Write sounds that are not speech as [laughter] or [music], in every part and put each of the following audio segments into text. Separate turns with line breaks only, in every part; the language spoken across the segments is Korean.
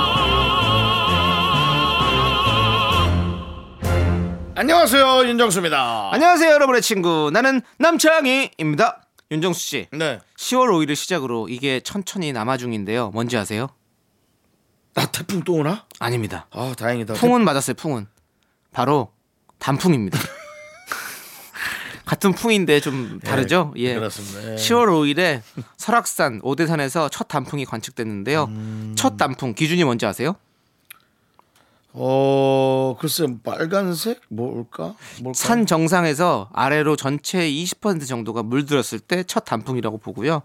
안녕하세요 윤정수입니다.
안녕하세요, 여러분의 친구. 나는 남창희입니다. 윤정수 씨.
네
10월 5일을 시작으로 이게 천천히 남아 중인데요. 뭔지 아세요?
나 태풍 또 오나?
아닙니다.
아 다행이다.
풍은 맞았어요, 풍은. 바로
[laughs]
단풍입니다. 같은 풍인데 좀 다르죠? 예.
그렇습니다. 예.
10월 5일에 설악산 오대산에서 첫 단풍이 관측됐는데요.
음.
첫 단풍 기준이 뭔지 아세요?
어 글쎄 빨간색 뭘까? 뭘까?
산 정상에서 아래로 전체의 20% 정도가 물들었을 때 첫 단풍이라고 보고요.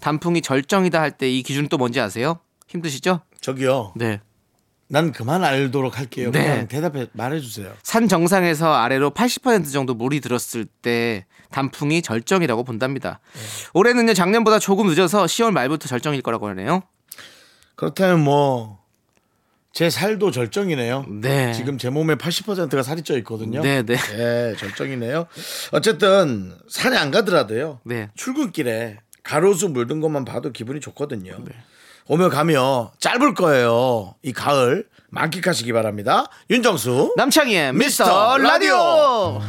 단풍이 절정이다 할 때 이 기준 또 뭔지 아세요? 힘드시죠?
저기요.
네.
난 그만 알도록 할게요.
네.
그냥 대답해 말해주세요.
산 정상에서 아래로 80% 정도 물이 들었을 때 단풍이 절정이라고 본답니다. 올해는요 작년보다 조금 늦어서 10월 말부터 절정일 거라고 하네요.
그렇다면 뭐 제 살도 절정이네요.
네.
지금 제 몸의 80%가 살이 쪄 있거든요.
네, 네.
예, 절정이네요. 어쨌든 산에 안 가더라도요.
네.
출근길에 가로수 물든 것만 봐도 기분이 좋거든요.
네.
오며 가며 짧을 거예요. 이 가을 만끽하시기 바랍니다. 윤정수.
남창희의
미스터
미스터 라디오.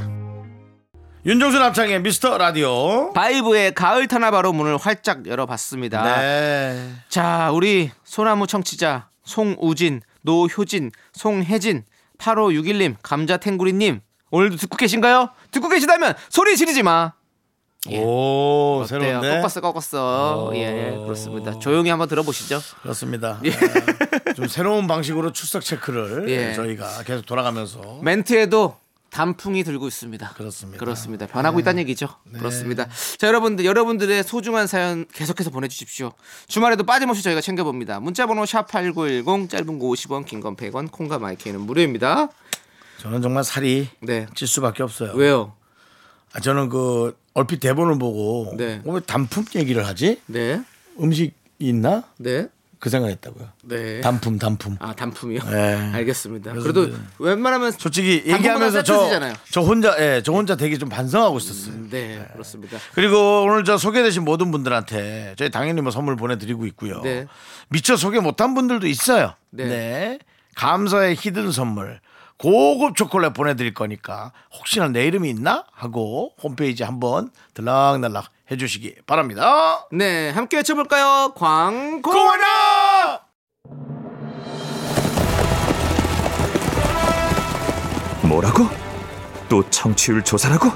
윤정수 남창의 미스터 라디오.
바이브의 아. 가을 타나바로 문을 활짝 열어봤습니다.
네.
자, 우리 소나무 청취자 송우진, 노효진, 송혜진, 8561님, 감자탱구리님 오늘도 듣고 계신가요? 듣고 계시다면 소리 지르지 마. 예.
오,
어때요?
새로운데.
꺾었어, 꺾었어. 예, 그렇습니다. 조용히 한번 들어보시죠.
그렇습니다. 아, 좀 새로운 방식으로 출석 체크를
예.
저희가 계속 돌아가면서
멘트에도 단풍이 들고 있습니다.
그렇습니다. 네.
그렇습니다. 변하고 있다는 얘기죠. 그렇습니다. 자, 여러분들, 여러분들의 소중한 사연 계속해서 보내주십시오. 주말에도 빠짐없이 저희가 챙겨봅니다. 문자번호 샵8910, 짧은 거 50원, 긴 건 100원, 콩과 마이크는 무료입니다.
저는 정말 살이
네.
찔 수밖에 없어요.
왜요?
아, 저는 그 얼핏 대본을 보고
네.
어, 왜 단품 얘기를 하지?
네.
음식 이 있나?
네.
그 생각했다고요.
네.
단품 단품.
아, 단품이요?
네.
[laughs] 알겠습니다.
그래서
그래도
이제
웬만하면
솔직히
단품보다
얘기하면서
세트잖아요.
저, 저 혼자 예, 저 혼자 되게 좀 반성하고 있었어요.
네, 그렇습니다.
그리고 오늘 저 소개되신 모든 분들한테 저희 당연히 뭐 선물 보내드리고 있고요.
네.
미처 소개 못한 분들도 있어요.
네.
네. 감사의 히든 선물 고급 초콜릿 보내드릴 거니까 혹시나 내 이름이 있나 하고 홈페이지 한번 들락날락 해주시기 바랍니다.
네, 함께 외쳐볼까요? 광고!
고마워!
뭐라고? 또 청취율 조사라고?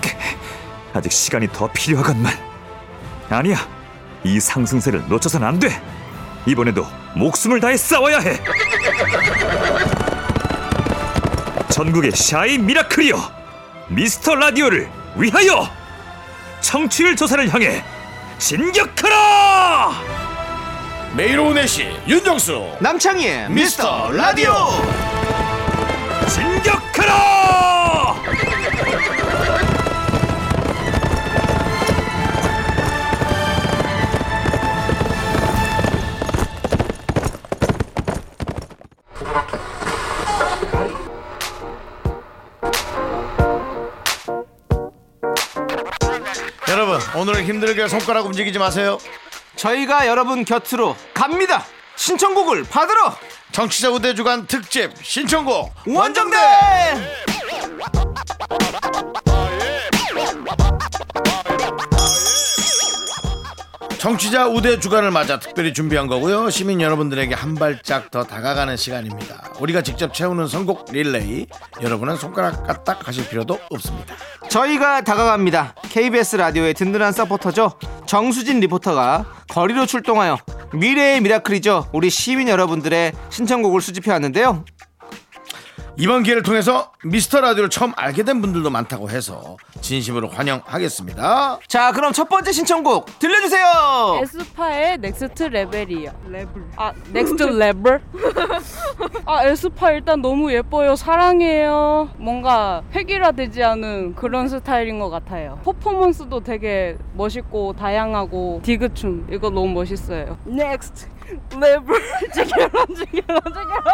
캬, 아직 시간이 더 필요하건만. 아니야. 이 상승세를 놓쳐선 안 돼. 이번에도 목숨을 다해 싸워야 해. 전국의 샤이 미라클이여. 미스터 라디오를 위하여 청취율 조사를 향해 진격하라!
매일 오후 4시 윤정수
남창희의
미스터 라디오
진격하라!
여러분 오늘은 힘들게 손가락 움직이지 마세요.
저희가 여러분 곁으로 갑니다! 신청곡을 받으러
정치자 우대 주간 특집 신청곡
원정대!
정치자 우대 주간을 맞아 특별히 준비한 거고요. 시민 여러분들에게 한 발짝 더 다가가는 시간입니다. 우리가 직접 채우는 선곡 릴레이 여러분은 손가락 까딱 하실 필요도 없습니다.
저희가 다가갑니다. KBS 라디오의 든든한 서포터죠. 정수진 리포터가 거리로 출동하여 미래의 미라클이죠. 우리 시민 여러분들의 신청곡을 수집해 왔는데요.
이번 기회를 통해서 미스터 라디오를 처음 알게 된 분들도 많다고 해서 진심으로 환영하겠습니다.
자, 그럼 첫 번째 신청곡 들려주세요.
에스파의 넥스트 레벨이요. 레벨. 아, 넥스트 레벨? 아, 에스파 일단 너무 예뻐요. 사랑해요. 뭔가 획일화되지 않은 그런 스타일인 것 같아요. 퍼포먼스도 되게 멋있고 다양하고 디그춤 이거 너무 멋있어요. 넥스트 레벨. [laughs] 지겨라 지겨라 지겨라.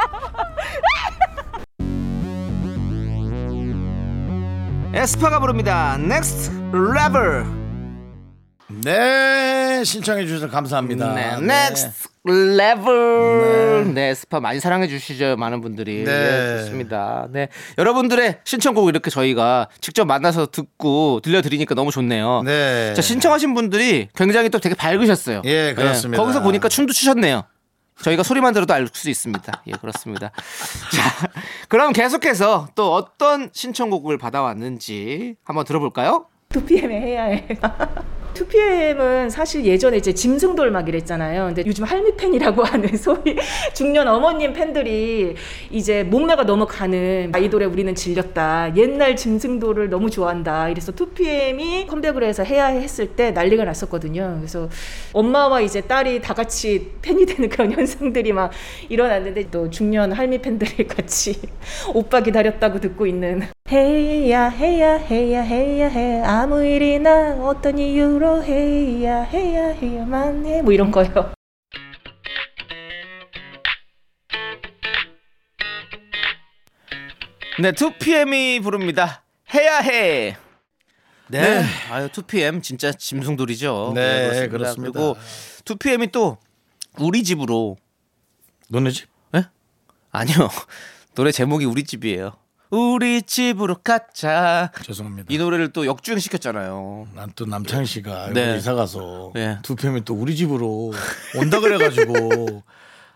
에스파가 부릅니다. Next Level.
네, 신청해 주셔서 감사합니다.
네, Next Level. 네. 에스파 많이 사랑해 주시죠, 많은 분들이.
네.
네, 좋습니다. 네, 여러분들의 신청곡 이렇게 저희가 직접 만나서 듣고 들려드리니까 너무 좋네요.
네.
자, 신청하신 분들이 굉장히 또 되게 밝으셨어요. 네,
예, 그렇습니다.
거기서 보니까 춤도 추셨네요. 저희가 소리만 들어도 알 수 있습니다. 예,
[laughs]
그렇습니다. 자, 그럼 계속해서 또 어떤 신청곡을 받아왔는지 한번 들어볼까요?
2PM에 해야 [laughs] 해. 2PM은 사실 예전에 이제 짐승돌막 이랬잖아요. 근데 요즘 할미팬이라고 [laughs] 하는 소위 중년 어머님 팬들이 이제 몸매가 너무 가는 아이돌에 우리는 질렸다. 옛날 짐승돌을 너무 좋아한다. 이래서 2PM이 컴백을 해서 해야 해 했을 때 난리가 났었거든요. 그래서 엄마와 이제 딸이 다 같이 팬이 되는 그런 [laughs] 현상들이 막 일어났는데 또 중년 할미 팬들이 같이 [laughs] 오빠 기다렸다고 듣고 있는 헤이야 헤이야 헤이야 헤이야 헤 아무 일이나 어떤 이유로 헤이야 헤이야 헤이야만 해 뭐 이런 거요.
네, 2PM이 부릅니다. 해야 해. 네. 아유, 2PM 진짜 짐승돌이죠.
네,
그리고 2PM이 또 우리 집으로
너네 집?
아니요. [laughs] 노래 제목이 우리 집이에요. 우리 집으로 가자.
죄송합니다.
이 노래를 또 역주행 시켰잖아요.
난 또 남창 씨가
네.
이사 가서
예.
두 편이 또 우리 집으로 온다
[laughs]
그래가지고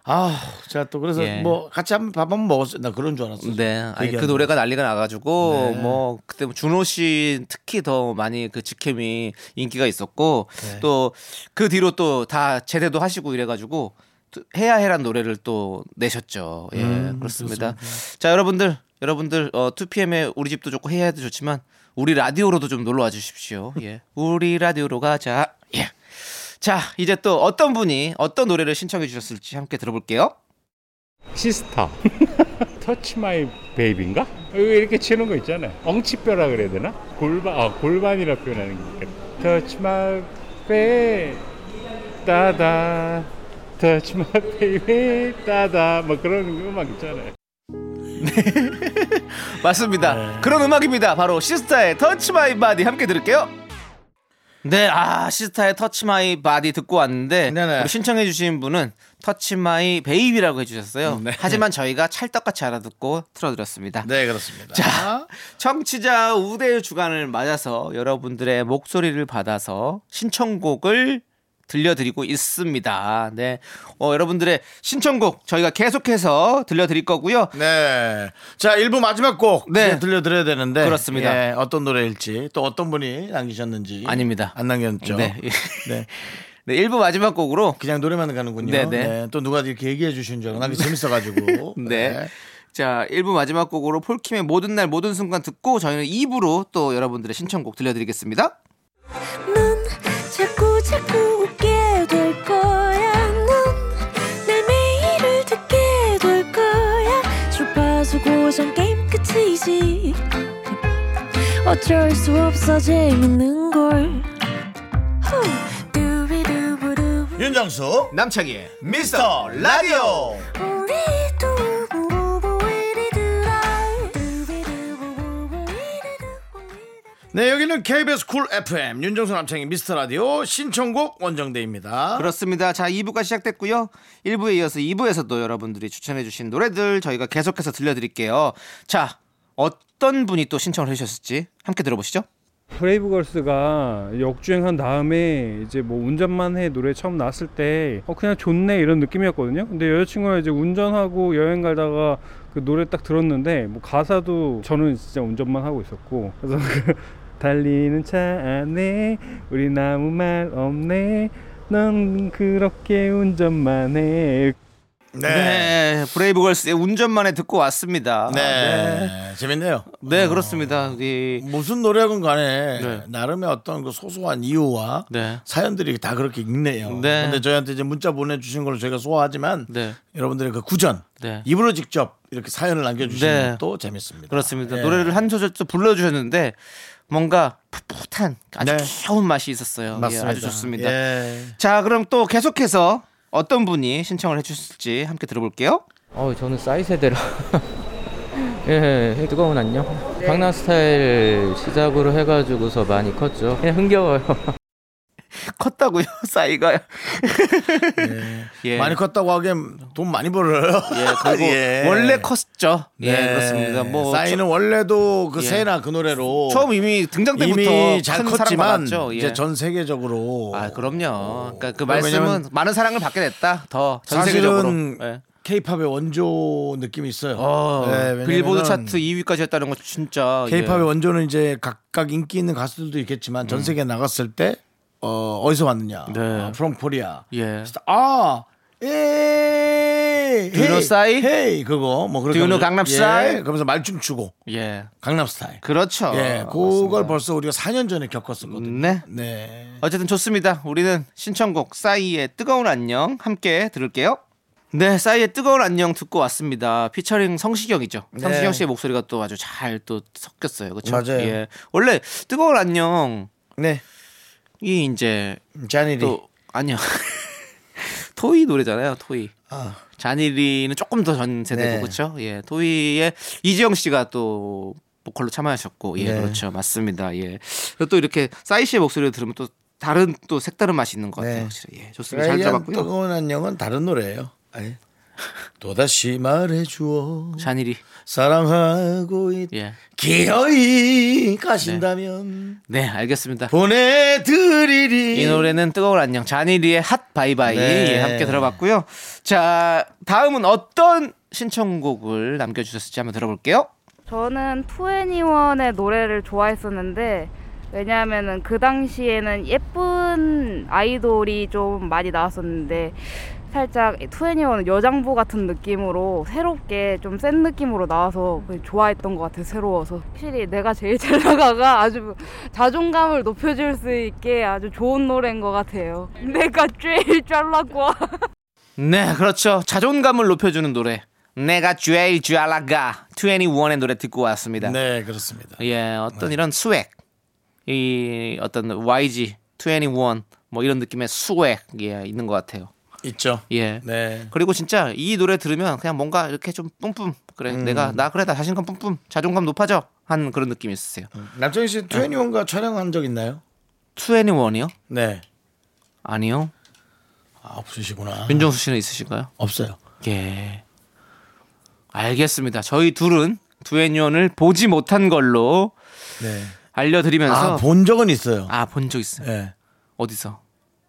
아 제가 또 그래서
예.
뭐 같이 한번 밥 한번 먹었어요. 나 그런 줄 알았어요.
네, 아니 그
얘기하는
노래가 난리가 나가지고 뭐 그때 뭐 준호 씨 특히 더 많이 그 직캠이 인기가 있었고 또 그 뒤로 또 다 제대도 하시고 이래가지고 또 해야 해란 노래를 또 내셨죠. 예, 그렇습니다. 자, 여러분들, 여러분들 어 2PM의 우리 집도 좋고 해야 해도 좋지만 우리 라디오로도 좀 놀러 와 주십시오. 예, 우리 라디오로 가자. 예. 자, 이제 또 어떤 분이 어떤 노래를 신청해 주셨을지 함께 들어볼게요.
[laughs] 시스타 터치 마이 베이비인가? 이렇게 치는 거 있잖아요 엉치뼈라 그래야 되나? 골반, 아, 골반이라 표현하는 게 터치 마이 베이 따다 터치 마이 베이비 따다 뭐 그런 음악 있잖아요
맞습니다. 그런 음악입니다. 바로 시스타의 터치 마이 바디 함께 들을게요. 네, 아 시스타의 터치 마이 바디 듣고 왔는데
네네.
우리 신청해주신 분은 터치 마이 베이비라고 해주셨어요. 하지만 저희가 찰떡같이 알아듣고 틀어드렸습니다.
네 그렇습니다.
자, 청취자 우대 주간을 맞아서 여러분들의 목소리를 받아서 신청곡을 들려드리고 있습니다. 네, 어, 여러분들의 신청곡 저희가 계속해서 들려드릴 거고요.
네. 자, 1부 마지막 곡
네.
이제 들려드려야 되는데
그렇습니다.
예, 어떤 노래일지 또 어떤 분이 남기셨는지
아닙니다.
안 남겼죠.
[laughs] 네.
네.
네, 1부 마지막 곡으로
그냥 노래만 가는군요.
네,
네,
네.
또 누가 이렇게 얘기해 주신 줄 알고 나 그게 재밌어가지고.
[laughs] 네. 자, 1부 마지막 곡으로 폴킴의 모든 날 모든 순간 듣고 저희는 2부로 또 여러분들의 신청곡 들려드리겠습니다.
넌 자꾸 자꾸 웃게 될 거야. 넌내 매일을 듣게 될 거야. 주파수 고정 게임 끝이지. 어쩔 수 없어 재밌는 걸. 후. 두비두부두.
윤정수
남창희의
미스터 라디오.
우리 두부부부 우리들아. 두비두부부부 우리들아.
네, 여기는 KBS 쿨 FM 윤정수 남창희 미스터 라디오 신청곡 원정대입니다.
그렇습니다. 자, 2부가 시작됐고요. 1부에 이어서 2부에서도 여러분들이 추천해주신 노래들 저희가 계속해서 들려드릴게요. 자, 어떤 분이 또 신청을 해주셨을지 함께 들어보시죠.
브레이브걸스가 역주행한 다음에 이제 뭐 운전만 해 노래 처음 나왔을 때 어 그냥 좋네 이런 느낌이었거든요. 근데 여자친구가 이제 운전하고 여행 가다가 그 노래 딱 들었는데 뭐 가사도 저는 진짜 운전만 하고 있었고 그래서 그 [laughs] 달리는 차 안에 우리 아무 말 없네 넌 그렇게 운전만 해
네.
브레이브걸스의 운전만에 듣고 왔습니다.
네.
아,
재밌네요.
네, 그렇습니다. 우리
무슨 노래건 간에
네.
나름의 어떤 그 소소한 이유와
네.
사연들이 다 그렇게 읽네요.
네.
근데 저희한테 이제 문자 보내주신 걸 저희가 소화하지만
네.
여러분들의 그 구전
네.
입으로 직접 이렇게 사연을 남겨주시는
네.
것도 재밌습니다.
그렇습니다.
예.
노래를 한 소절 또 불러주셨는데 뭔가 풋풋한 아주
네.
귀여운 맛이 있었어요. 예,
맞습니다.
아주 좋습니다.
예.
자, 그럼 또 계속해서 어떤 분이 신청을 해주셨을지 함께 들어볼게요.
어, 저는 싸이 세대라. [laughs] 예, 예, 뜨거운 안녕. 강남 스타일 시작으로 해가지고서 많이 컸죠. 그냥 흥겨워요. [laughs]
컸다고요, [laughs] 싸이가. [laughs] 예.
네. 많이 컸다고 하기엔 돈 많이 벌어요.
예, 그리고
[laughs] 예.
원래 컸죠. 예,
네.
그렇습니다. 뭐
싸이는 원래도 그
예.
새나 그 노래로
처- 처음 이미 등장 때부터
이미 잘
큰
컸지만
사랑받았죠. 예.
이제 전 세계적으로
아 그럼요. 그러니까 그
어,
말씀은
왜냐면
많은 사랑을 받게 됐다. 더 전 세계적으로.
사실은
예.
케이팝의 원조 느낌이 있어요.
어,
네, 왜냐면은
빌보드 차트 2위까지 했다는 거 진짜. 예.
케이팝의 원조는 이제 각각 인기 있는 가수들도 있겠지만 전 세계 에 나갔을 때 어, 디서 왔느냐?
음. 네.
프롬 코리아.
예.
아, 에.
Do you know 싸이?
헤이 그거 뭐 그렇게
Do you know
하면서-
강남
예,
스타일?
그러면서 말춤 추고
예.
강남 스타일.
그렇죠.
예, 그걸 벌써 우리가 4년 전에 겪었었거든요.
네.
네.
어쨌든 좋습니다. 우리는 신청곡 싸이의 뜨거운 안녕 함께 들을게요. 네, 싸이의 뜨거운 안녕 듣고 왔습니다. 피처링 성시경이죠. 성시경 씨의 목소리가 또 아주 잘 또 섞였어요. 그렇죠?
맞아요.
예. 원래 뜨거운 안녕이
네.
이제
자니리.
또 아니요. [laughs] 토이 노래잖아요. 토이.
아.
자니리는 조금 더 전 세대고
네.
그렇죠. 예, 토이의 이지영 씨가 또 보컬로 참여하셨고, 예,
네.
그렇죠, 맞습니다. 예, 그리고 또 이렇게 싸이 씨의 목소리를 들으면 또 다른 또 색다른 맛이 있는 것 같아요.
네.
확실히. 예, 좋습니다. 잘
라이언
들어봤고요.
뜨거운 안녕은 다른 노래예요.
[laughs]
아니. 또다시 말해주어
자니리.
사랑하고 있
예,
기어이 가신다면
네, 알겠습니다.
보내드리리
이 노래는 뜨거운 안녕 자니리의 핫 바이바이
네.
예, 함께 들어봤고요. 자, 다음은 어떤 신청곡을 남겨주셨을지 한번 들어볼게요.
저는 투애니원의 노래를 좋아했었는데 왜냐하면은 그 당시에는 예쁜 아이돌이 좀 많이 나왔었는데 살짝 투애니원은 여장부 같은 느낌으로 새롭게 좀 센 느낌으로 나와서 그냥 좋아했던 것 같아요 새로워서 확실히 내가 제일 잘 나가가 아주 자존감을 높여줄 수 있게 아주 좋은 노래인 것 같아요 내가 제일 잘나고
네, 그렇죠. 자존감을 높여주는 노래. 내가 제일 쥐알라가 21의 노래 듣고 왔습니다.
네 그렇습니다
예, 어떤 이런 스웩. 이 어떤 YG 21뭐 이런 느낌의 스웩 예, 있는 것 같아요.
있죠
예.
네
그리고 진짜 이 노래 들으면 그냥 뭔가 이렇게 좀 뿜뿜 그래 내가 나 그래 나 자신감 뿜뿜 자존감 높아져 한 그런 느낌이 있으세요.
남정희 씨 트웬티원과 촬영한 적 있나요?
21이요?
네
아니요.
아, 없으시구나
윤정수 씨는 있으신가요?
없어요
예. 알겠습니다. 저희 둘은 두애니온을 보지 못한 걸로
네.
알려드리면서
아 본 적은 있어요
아 본 적 있어요.
네.
어디서?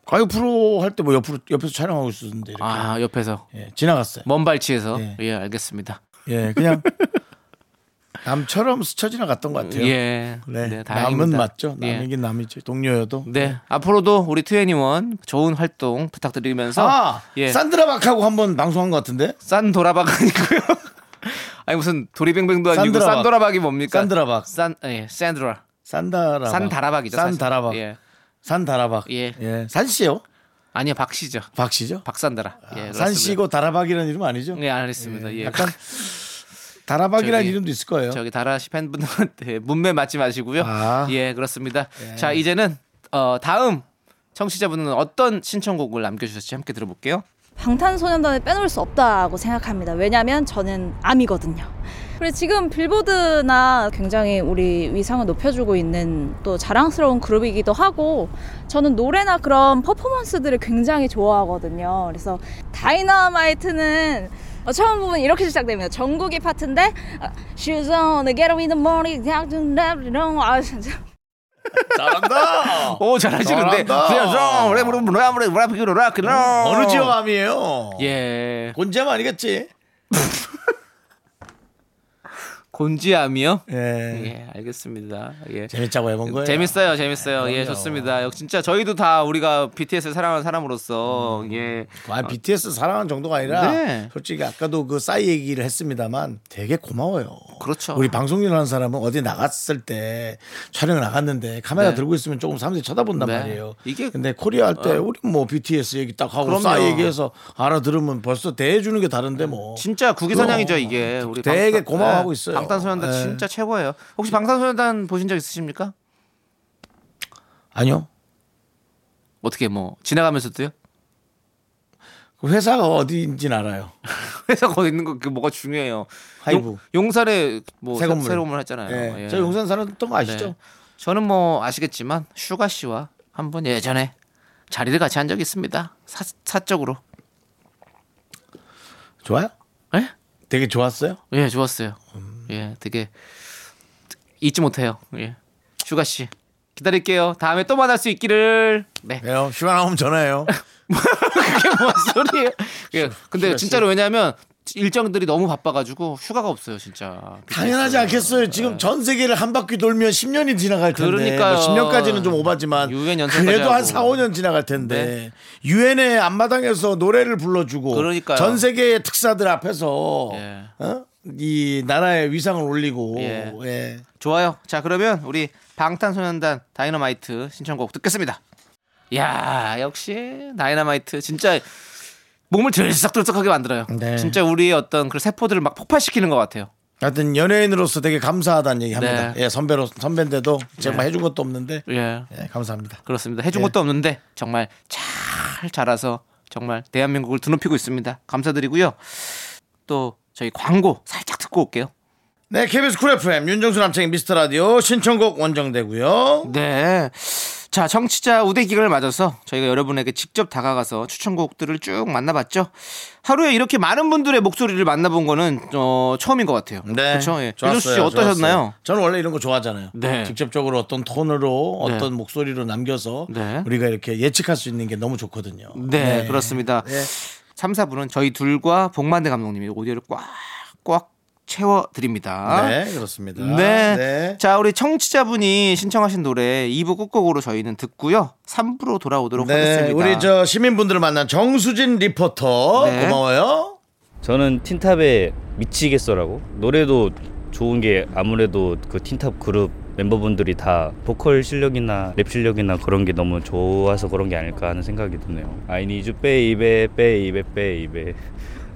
가요 프로 할 때 뭐 옆으로 옆에서 촬영하고 있었는데 이렇게
아 옆에서
예, 지나갔어요
먼 발치에서
예.
예 알겠습니다.
예 그냥 [laughs] 남처럼 스쳐 지나갔던 것 같아요
예.
네,
다행입니다.
남은 맞죠
예.
남이긴 남이지 동료여도
네 앞으로도 우리 투애니원 좋은 활동 부탁드리면서
아
예.
산드라 박하고 한번 방송한 것 같은데
싼 도라박이고요. [laughs] 아니 무슨 도리뱅뱅도 아니고
산드라박.
싼 도라박이 뭡니까?
산드라 박
싼예 샌드라
산다라박
그러니까 산 다라박이죠. 사실.
산다라박
예
산다라박
예.
산씨요
아니요 박씨죠.
박씨죠
박산다라. 예, 그렇습니다.
아, 산씨고 다라박이라는 이름 아니죠
예 알겠습니다. 예.
약간 다라박이라는
저기-
이름도 있을 거예요
저기 다라시 팬분들한테 [laughs] 문매 맞지 마시고요.
아.
예, 그렇습니다. 자, 이제는 어, 다음 청취자분은 어떤 신청곡을 남겨주셨지 함께 들어볼게요. [laughs]
방탄소년단을 빼놓을 수 없다고 생각합니다. 왜냐하면 저는 암이거든요. 그리고 지금 빌보드나 굉장히 우리 위상을 높여주고 있는 또 자랑스러운 그룹이기도 하고 저는 노래나 그런 퍼포먼스들을 굉장히 좋아하거든요. 그래서 다이너마이트는 어, 처음 부분 이렇게 시작됩니다. 전국이 파트인데 아, She's on the get up in the morning, down to the room. 아 진짜
[laughs]
잘한다
오, 잘하시는데.
잘한다. 어느
어느
지역 암이에요
예.
곤지암 아니겠지
곤지암이요?
예.
예, 알겠습니다. 예.
재밌자고 해본 거예요.
재밌어요, 재밌어요.
네,
예,
그럼요.
좋습니다. 역- 진짜 저희도 다 우리가 BTS를 사랑하는 사람으로서 예,
아, BTS 사랑하는 정도가 아니라
네.
솔직히 아까도 그 싸이 얘기를 했습니다만 되게 고마워요.
그렇죠.
우리 방송일 하는 사람은 어디 나갔을 때 촬영 나갔는데 카메라
네.
들고 있으면 조금 사람들이 쳐다본단
네.
말이에요.
이게- 어.
근데 코리아 할 때 우리 뭐 BTS 얘기 딱 하고
그럼요.
싸이 얘기해서 알아들으면 벌써 대해주는 게 다른데 뭐.
진짜 국기선양이죠 이게. 우리
되게
방탄-
고마워하고
예,
있어요.
방탄소년단
예.
진짜 최고예요. 혹시 방탄소년단 보신 적 있으십니까?
아니요.
어떻게 뭐 지나가면서도요? [laughs]
그 회사가 어디인지는 알아요.
회사 거기 있는 거 그게 뭐가 중요해요.
하이브.
용, 용산에 뭐
새 건물.
새 건물 했잖아요.
예.
예.
저 용산 살았던 거 아시죠?
네. 저는 뭐 아시겠지만 슈가 씨와 한 번 예전에 자리를 같이 한 적이 있습니다. 사, 사적으로.
좋아요?
예?
되게 좋았어요.
예, 좋았어요.
음.
예, 되게 잊지 못해요. 예. 슈가 씨. 기다릴게요. 다음에 또 만날 수 있기를. 네.
네, 휴가 나오면 전화해요.
그게 뭔 [laughs] 소리예요? 예. 근데
슈가 씨.
진짜로 왜냐면 일정들이 너무 바빠 가지고 휴가가 없어요, 진짜.
당연하지 않겠어요. 지금 전 세계를 한 바퀴 돌면 10년이 지나갈 텐데. 뭐
네. 그러니까요.
10년까지는 좀 오바지만
유엔 연설까지
그래도 한
하고.
4, 5년 지나갈 텐데. 유엔의 앞마당에서 노래를 불러주고
그러니까요.
전 세계의 특사들 앞에서
예.
어? 이 나라의 위상을 올리고
예.
예.
좋아요. 자, 그러면 우리 방탄소년단 다이너마이트 신청곡 듣겠습니다. 야, 역시 다이너마이트 진짜 몸을 들썩들썩하게 만들어요.
네.
진짜 우리의 어떤 그 세포들을 막 폭발시키는 것 같아요.
하여튼 연예인으로서 되게 감사하다는 얘기합니다.
네.
예, 선배로 선배인데도 정말 해준 것도 없는데
예.
예, 감사합니다.
그렇습니다. 해준
예.
것도 없는데 정말 잘 자라서 정말 대한민국을 드높이고 있습니다. 감사드리고요. 또 저희 광고 살짝 듣고 올게요.
네, KBS 쿨 FM 윤정수 남창의 미스터 라디오 신청곡 원정대고요.
네. 자, 청취자 우대 기간을 맞아서 저희가 여러분에게 직접 다가가서 추천곡들을 쭉 만나봤죠. 하루에 이렇게 많은 분들의 목소리를 만나본 거는 어, 처음인 것 같아요.
네,
그렇죠. 예.
좋았어요,
윤수씨 어떠셨나요?
좋았어요. 저는 원래 이런 거 좋아하잖아요.
네.
직접적으로 어떤 톤으로
네.
어떤 목소리로 남겨서
네.
우리가 이렇게 예측할 수 있는 게 너무 좋거든요.
네, 그렇습니다.
네.
삼 3, 4부는 저희 둘과 복만대 감독님이 오디오를 꽉꽉 채워 드립니다.
네, 그렇습니다.
아. 네. 자, 우리 청취자분이 신청하신 노래 2부 끝곡으로 저희는 듣고요. 3부로 돌아오도록
네,
하겠습니다.
우리 저 시민분들을 만난 정수진 리포터
네.
고마워요.
저는 틴탑의 미치겠어라고 노래도 좋은 게 아무래도 그 틴탑 그룹 멤버분들이 다 보컬 실력이나 랩 실력이나 그런 게 너무 좋아서 그런 게 아닐까 하는 생각이 드네요. I need you baby baby baby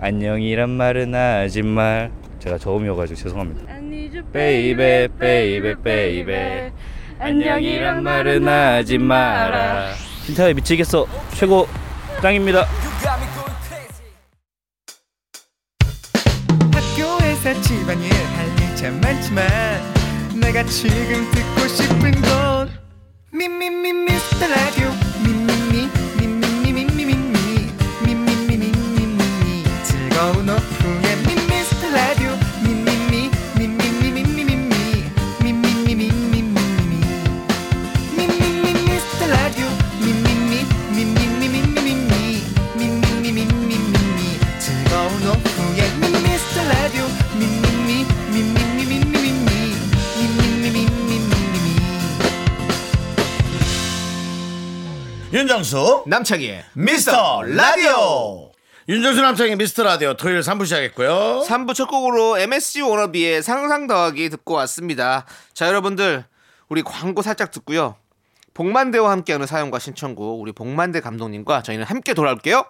안녕이란 말은 아짓말 제가 저음이어가지고 죄송합니다.
I need you,
베이베 베이베 베이베 안녕이란 말은 하지 마라 틴탑의 미치겠어 최고 짱입니다.
학교에서 집안일 할 일 참 많지만 내가 지금 듣고 싶은 건 미미미 미스터 라디오 미미미 미미미미미미 미미미미미미 즐거운 오후에 미스터 라디오 미미미 미미미미미미 미미미미미미미 미미미 미스터 라디오 미미미 미미미미미미 미미미미미미 즐거운 오후에 미스터 라디오 미미미 미미미미미미 미미미미미미미
윤정수
남창희의
미스터 라디오. 윤정수 남창의 미스터 라디오 토요일 3부 시작했고요.
3부 첫 곡으로 MSG 워너비의 상상 더하기 듣고 왔습니다. 자, 여러분들 우리 광고 살짝 듣고요. 복만대와 함께하는 사연과 신청곡 우리 복만대 감독님과 저희는 함께 돌아올게요.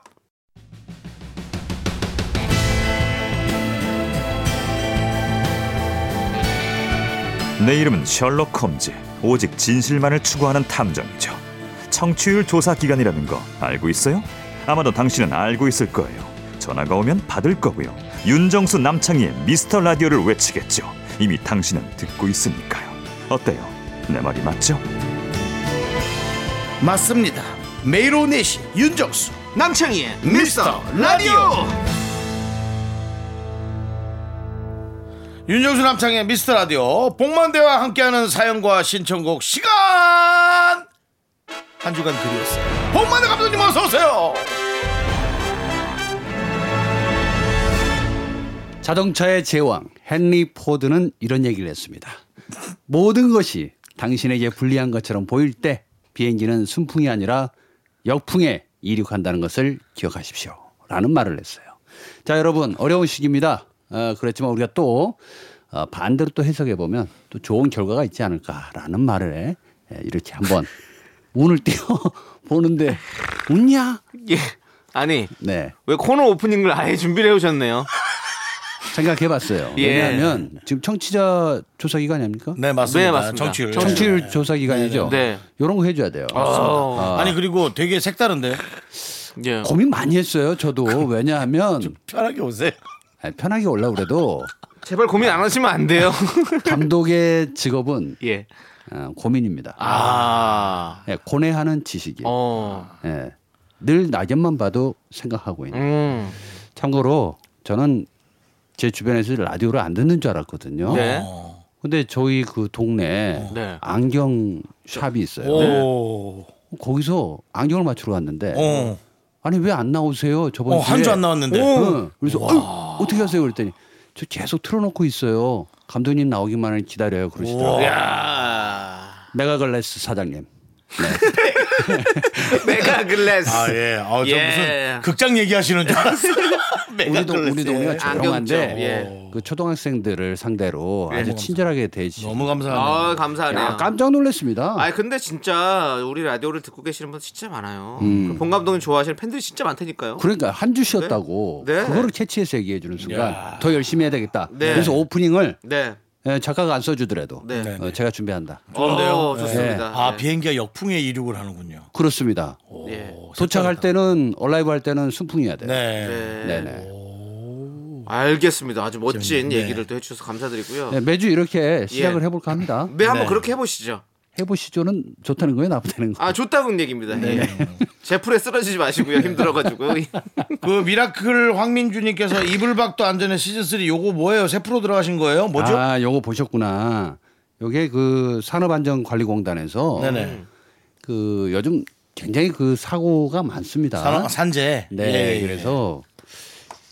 내 이름은 셜록 홈즈. 오직 진실만을 추구하는 탐정이죠. 청취율 조사 기간이라는 거 알고 있어요? 아마도 당신은 알고 있을 거예요. 전화가 오면 받을 거고요. 윤정수 남창희의 미스터 라디오를 외치겠죠. 이미 당신은 듣고 있으니까요. 어때요? 내 말이 맞죠?
맞습니다. 매일 오후 4시 윤정수
남창희의
미스터 라디오. 윤정수 남창의 미스터 라디오 복만대와 함께하는 사연과 신청곡 시간 한 주간 그리웠어요. 복만대 감독님 어서 오세요.
자동차의 제왕 헨리 포드는 이런 얘기를 했습니다. 모든 것이 당신에게 불리한 것처럼 보일 때 비행기는 순풍이 아니라 역풍에 이륙한다는 것을 기억하십시오. 라는 말을 했어요. 자, 여러분, 어려운 시기입니다. 어, 그렇지만 우리가 또 어, 반대로 또 해석해보면 또 좋은 결과가 있지 않을까라는 말을 예, 이렇게 한번 [laughs] 운을 [laughs] 띄워보는데 웃냐?
예. 아니
네.
왜 코너 오프닝을 아예 준비를 해오셨네요.
생각해봤어요.
예.
왜냐하면 지금 청취자 조사 기간이 아닙니까?
네 맞습니다. 네, 맞습니다. 청취율.
청취율 조사 기간이죠.
네, 네.
이런 거 해줘야 돼요.
아. 아니 그리고 되게 색다른데
예.
고민 많이 했어요. 저도 왜냐하면
편하게 오세요.
아니, 편하게 올라 그래도
제발 고민 안 하시면 안 돼요.
감독의 직업은
예.
어, 고민입니다.
아.
예, 고뇌하는 지식이.
어.
예. 늘 낙엽만 봐도 생각하고 있는.
음.
참고로 저는 제 주변에서 라디오를 안 듣는 줄 알았거든요.
네.
근데 저희 그 동네에
네.
안경 샵이 있어요.
오.
거기서 안경을 맞추러 갔는데
어.
아니 왜 안 나오세요? 저번
어,
주에
한주안 나왔는데.
응. 그래서 어, 어떻게 하세요? 그랬더니 저 계속 틀어놓고 있어요. 감독님 나오기만을 기다려요. 그러시더라고요. 메가글래스 사장님.
메가 글래스.
아
[laughs]
예. 아, 저
예.
무슨 극장 얘기하시는 줄 [laughs] 알았어요.
우리도 우리 동네가
예.
조용한데
안경점, 예.
그 초등학생들을 상대로
예.
아주 친절하게 대해주.
너무
아 감사하네요.
야, 깜짝 놀랐습니다.
아 근데 진짜 우리 라디오를 듣고 계시는 분 진짜 많아요.
음.
그본 감독님 좋아하시는 팬들이 진짜 많다니까요.
그러니까 한 주 쉬었다고
네. 네.
그거를 캐치해서 얘기해 주는 순간 더 열심히 해야 되겠다.
네.
그래서 오프닝을
네.
예, 작가가 안 써주더라도
네. 네.
어, 제가 준비한다.
좋은데요.
어, 좋습니다.
아 비행기가 역풍에 이륙을 하는군요.
그렇습니다.
예.
도착할 때는 얼라이브 할 때는 순풍이어야 돼요.
네.
네.
알겠습니다. 아주 멋진 얘기를 또 해주셔서 감사드리고요.
네, 매주 이렇게 시작을 해볼까 합니다.
네, 한번 그렇게 해보시죠.
해보시죠는 좋다는 거예요, 나쁘다는 거.
아 좋다는 얘기입니다. 예. 제 풀에 쓰러지지 마시고요. 힘들어가지고.
그 미라클
[laughs]
황민주님께서 이불박도 안전의 시즌 3 요거 뭐예요? 새 프로 들어가신 거예요? 뭐죠?
아, 요거 보셨구나. 요게 그 산업안전관리공단에서
네네.
그 요즘 굉장히 그 사고가 많습니다.
산- 산재.
아. 네.
예, 예.
그래서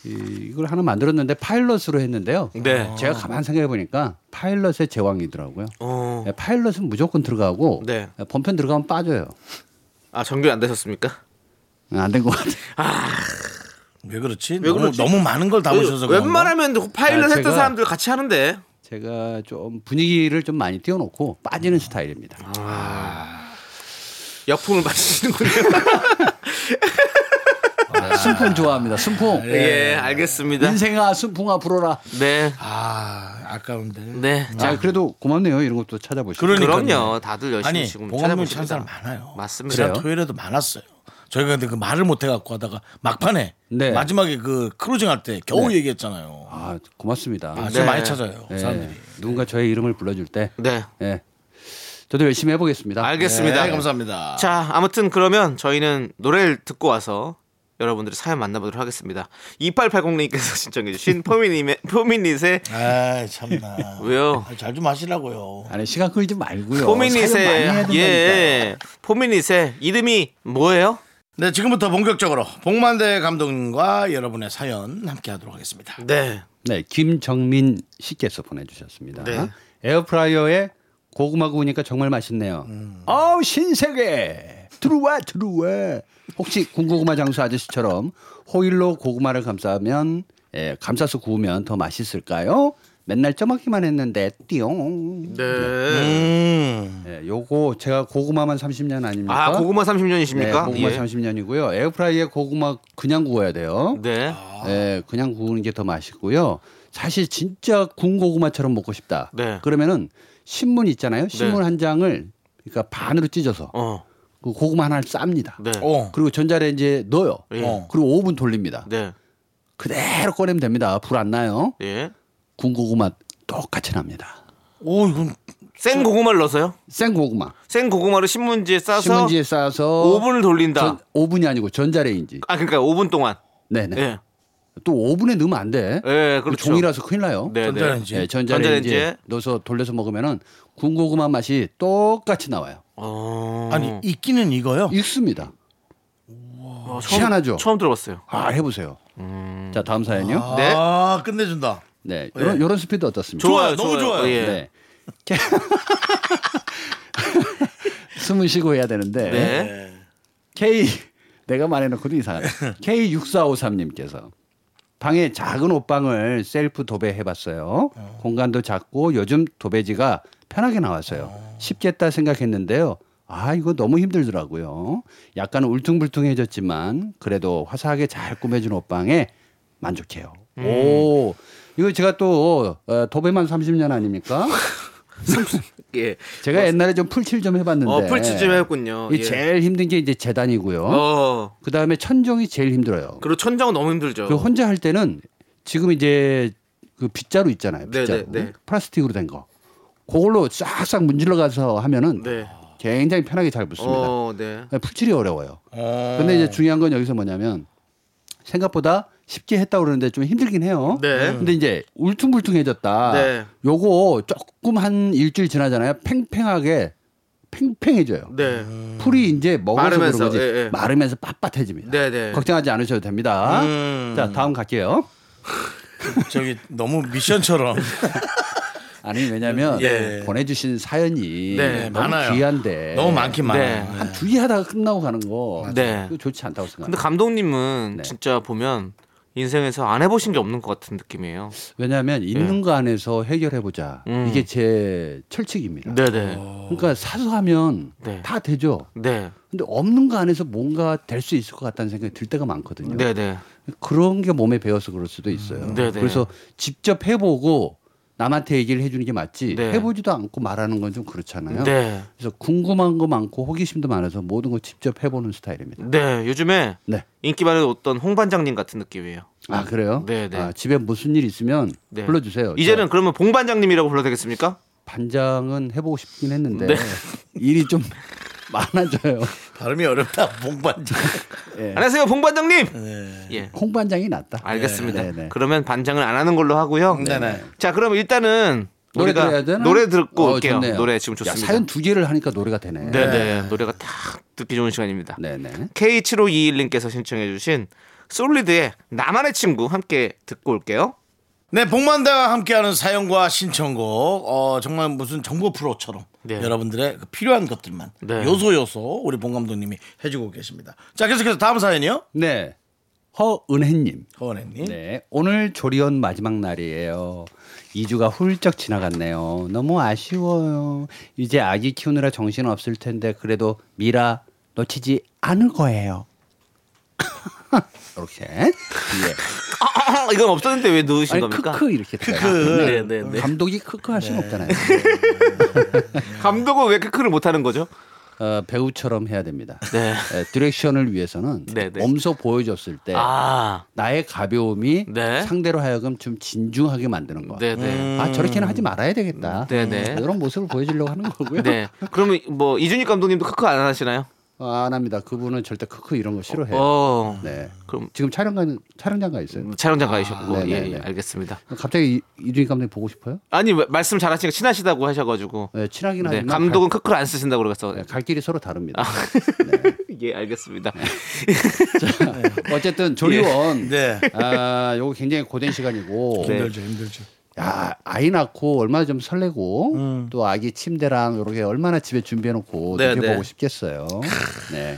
이- 이걸 하나 만들었는데 파일럿으로 했는데요.
네.
제가 가만 생각해 보니까 파일럿의 제왕이더라고요.
어.
네, 파일럿은 무조건 들어가고
네.
본편 들어가면 빠져요.
아 정결 안 되셨습니까?
안 된 것 같아요.
왜 그렇지?
왜
너무,
그렇지?
너무 많은 걸 담으셔서
왜-
그런가?
웬만하면 파일럿
아,
했던
제가-
사람들 같이 하는데.
제가 좀 분위기를 좀 많이 띄워놓고 빠지는 스타일입니다.
역풍을 [laughs] 맞으시는군요.
순풍 좋아합니다. 순풍.
예, 알겠습니다.
네. 인생아 순풍아 불어라.
네.
아, 아까운데.
네.
자, 그래도 고맙네요. 이런 것도 찾아보시고.
그럼요. 다들 열심히
아니,
지금
봉합문 찬
찾아보시는
사람 많아요.
맞습니다.
지난 토요일에도 많았어요. 저희가 근데 그 말을 못 해갖고 하다가 막판에
네.
마지막에 그 크루징 할 때 겨우
네.
얘기했잖아요.
아, 고맙습니다.
아, 진짜 많이 찾아요,
네.
사람들이.
누군가 저의 이름을 불러줄 때.
네.
예. 저도 열심히 해보겠습니다.
알겠습니다.
네, 감사합니다.
자, 아무튼 그러면 저희는 노래를 듣고 와서 여러분들의 사연 만나보도록 하겠습니다. 2880님께서 신청해주신 [laughs] 포미님의 포미닛의
아, 참나.
[laughs] 왜요?
잘 좀 하시라고요.
예. 아니 시간 끌지 말고요. 어, 사연 많이 해야
포미닛의
된다니까.
예, 포미닛의 이름이 뭐예요?
네, 지금부터 본격적으로 복만대 감독님과 여러분의 사연 함께 하도록 하겠습니다.
네,
네, 김정민 씨께서 보내주셨습니다.
네.
에어프라이어에 고구마 구우니까 정말 맛있네요.
음.
어우 신세계 들어와 들어와. 혹시 군고구마 장수 아저씨처럼 호일로 고구마를 감싸면 예, 감싸서 구우면 더 맛있을까요? 맨날 쪄먹기만 했는데 띠용.
네.
음.
예, 요거 제가 고구마만 30년 아닙니까?
아 고구마
네,
30년이십니까? 예.
고구마 30년이고요. 에어프라이어에 고구마 그냥 구워야 돼요.
네.
아.
예, 그냥 구우는 게 더 맛있고요. 사실 진짜 군고구마처럼 먹고 싶다.
네.
그러면은 신문 있잖아요. 신문
네.
한 장을 그러니까 반으로 찢어서
어,
그 고구마 하나를 쌉니다.
네,
어.
그리고 전자레인지에 넣어요.
예.
어.
그리고 5분 돌립니다.
네,
그대로 꺼내면 됩니다. 불 안 나요.
예.
군고구마 똑같이 납니다.
오, 이건
생 고구마를 넣어서요?
생 고구마.
생 고구마를 신문지에 싸서
신문지에 싸서
5분을 돌린다.
전, 5분이 아니고 전자레인지.
아 그러니까 5분 동안.
네네.
예,
또 5분에 넣으면 안 돼.
예, 그렇죠.
종이라서 큰일 나요.
네, 네.
전자레인지.
예, 전자레인지에
전자레인지에.
넣어서 돌려서 먹으면은 군고구마 맛이 똑같이 나와요.
어.
아니, 있기는 이거요?
익습니다.
어, 처음-
아, 희한하죠?
처음 들어봤어요.
아 해보세요. 자 다음 사연요.
아, 네. 끝내준다.
네. 요런,
예.
요런 스피드 어떻습니까?
좋아요, 너무 좋아요. 좋아요. 예.
네. 자, [laughs] 숨을 쉬고 해야 되는데.
네.
K [laughs] 내가 말해놓고도 이상하네.
[laughs]
K6453님께서 방에 작은 옷방을 셀프 도배해봤어요. 공간도 작고 요즘 도배지가 편하게 나왔어요. 쉽겠다 생각했는데요. 아 이거 너무 힘들더라고요. 약간 울퉁불퉁해졌지만 그래도 화사하게 잘 꾸며준 옷방에 만족해요.
음.
오 이거 제가 또 어, 도배만 30년 아닙니까?
예. [laughs]
제가 옛날에 좀 풀칠 좀 해봤는데.
어, 풀칠 좀 했군요.
네. 이
예.
제일 힘든 게 이제 재단이고요.
어.
그 다음에 천정이 제일 힘들어요.
그리고 천장은 너무 힘들죠.
그 혼자 할 때는 지금 이제 그 빗자루 있잖아요.
네,
빗자루.
네, 네.
플라스틱으로 된 거. 그걸로 싹싹 문질러 가서 하면은
네.
굉장히 편하게 잘 붙습니다.
어, 네.
풀칠이 어려워요. 근데 이제 중요한 건 여기서 뭐냐면 생각보다 쉽게 했다 그러는데 좀 힘들긴 해요.
네.
근데 이제 울퉁불퉁해졌다.
네.
요거 조금 한 일주일 지나잖아요. 팽팽하게 팽팽해져요.
네.
풀이 이제 먹어서
마르면서,
그런 거지
예, 예.
마르면서 빳빳해집니다.
네, 네.
걱정하지 않으셔도 됩니다.
음.
자 다음 갈게요.
저기 너무 미션처럼.
아니 왜냐하면
예.
보내주신 사연이
네,
너무
많아요.
귀한데
너무 많긴 많아요. 네.
한 주의하다가 끝나고 가는 거
네.
그거 좋지 않다고
근데
생각합니다. 네.
감독님은 진짜 보면 인생에서 안 해보신 게 없는 것 같은 느낌이에요.
왜냐하면 있는 거 안에서 해결해 보자.
예. 음.
이게 제 철칙입니다.
네네.
그러니까 사서 하면 다 되죠.
어. 네.
근데 없는 거 안에서 뭔가 될 수 있을 것 같다는 생각이 들 때가 많거든요.
네네.
그런 게 몸에 배어서 그럴 수도 있어요.
음. 네네.
그래서 직접 해보고 남한테 얘기를 해주는 게 맞지
네.
해보지도 않고 말하는 건 좀 그렇잖아요.
네.
그래서 궁금한 거 많고 호기심도 많아서 모든 거 직접 해보는 스타일입니다.
네. 요즘에
네.
인기 많은 어떤 홍 반장님 같은 느낌이에요.
아
음.
그래요?
네네.
아, 집에 무슨 일 있으면
네.
불러주세요.
이제는 그러면 봉 반장님이라고 불러도 되겠습니까?
반장은 해보고 싶긴 했는데
네.
[laughs] 일이 좀 [laughs] 많아져요.
발음이 어렵다. 봉반장.
네.
안녕하세요, 봉 반장님. 예.
홍 반장이 낫다.
알겠습니다.
네, 네.
그러면 반장을 안 하는 걸로 하고요.
네네.
자, 그럼 일단은
노래
우리가
들어야 되나?
노래 듣고
어,
올게요.
좋네요.
노래 지금
야,
좋습니다.
사연 두 개를 하니까 노래가 되네.
네네. 노래가 딱 듣기 좋은 시간입니다.
네네.
K7521님께서 신청해주신 솔리드의 나만의 친구 함께 듣고 올게요.
네, 복만다와 함께하는 사연과 신청곡, 어, 정말 무슨 정보 프로처럼
네.
여러분들의 그 필요한 것들만
네.
요소 요소 우리 봉 감독님이 해주고 계십니다. 자, 계속해서 다음 사연이요.
네. 허은혜님.
허원혜님.
네. 오늘 조리원 마지막 날이에요. 2주가 훌쩍 지나갔네요. 너무 아쉬워요. 이제 아기 키우느라 정신 없을 텐데 그래도 미라 놓치지 않을 거예요. [laughs] 이렇게. 예.
아, 아, 이건 없었는데 왜 넣으신
아니,
겁니까?
크크 이렇게 돼요.
크크. 네, 네, 네.
감독이 크크 할 수는 없잖아요.
감독은 왜 크크를 못하는 거죠?
어, 배우처럼 해야 됩니다.
네.
에, 디렉션을 위해서는
네, 네.
몸소 보여줬을 때
아.
나의 가벼움이
네.
상대로 하여금 좀 진중하게 만드는 거.
네, 네.
아 저렇게는 하지 말아야 되겠다.
네, 네.
이런 모습을 보여주려고 하는 거고요.
네. 그러면 뭐 이준익 감독님도 크크 안 하시나요?
어, 안 합니다. 그분은 절대 크크 이런 거 싫어해요.
어.
네.
그럼 음.
지금 촬영관 촬영장 가 있어요.
촬영장 가셨고
네, 네,
예, 예,
네.
알겠습니다.
갑자기 이- 이준희 감독님 보고 싶어요?
아니 마- 말씀 잘하시니까 친하시다고 하셔가지고
네, 친하긴
네,
하지만
감독은 아. 크크를 안 쓰신다고 그래서
갈, 갈 길이 서로 다릅니다.
[laughs]
네.
예 알겠습니다. 네. 예.
어쨌든 조리원
네.
아, 요거 굉장히 고된 시간이고
네.
힘들죠, 힘들죠.
야, 아이 낳고 얼마나 좀 설레고 또 아기 침대랑 이렇게 얼마나 집에 준비해 놓고
음. 네,
느껴보고
네.
싶겠어요. 네.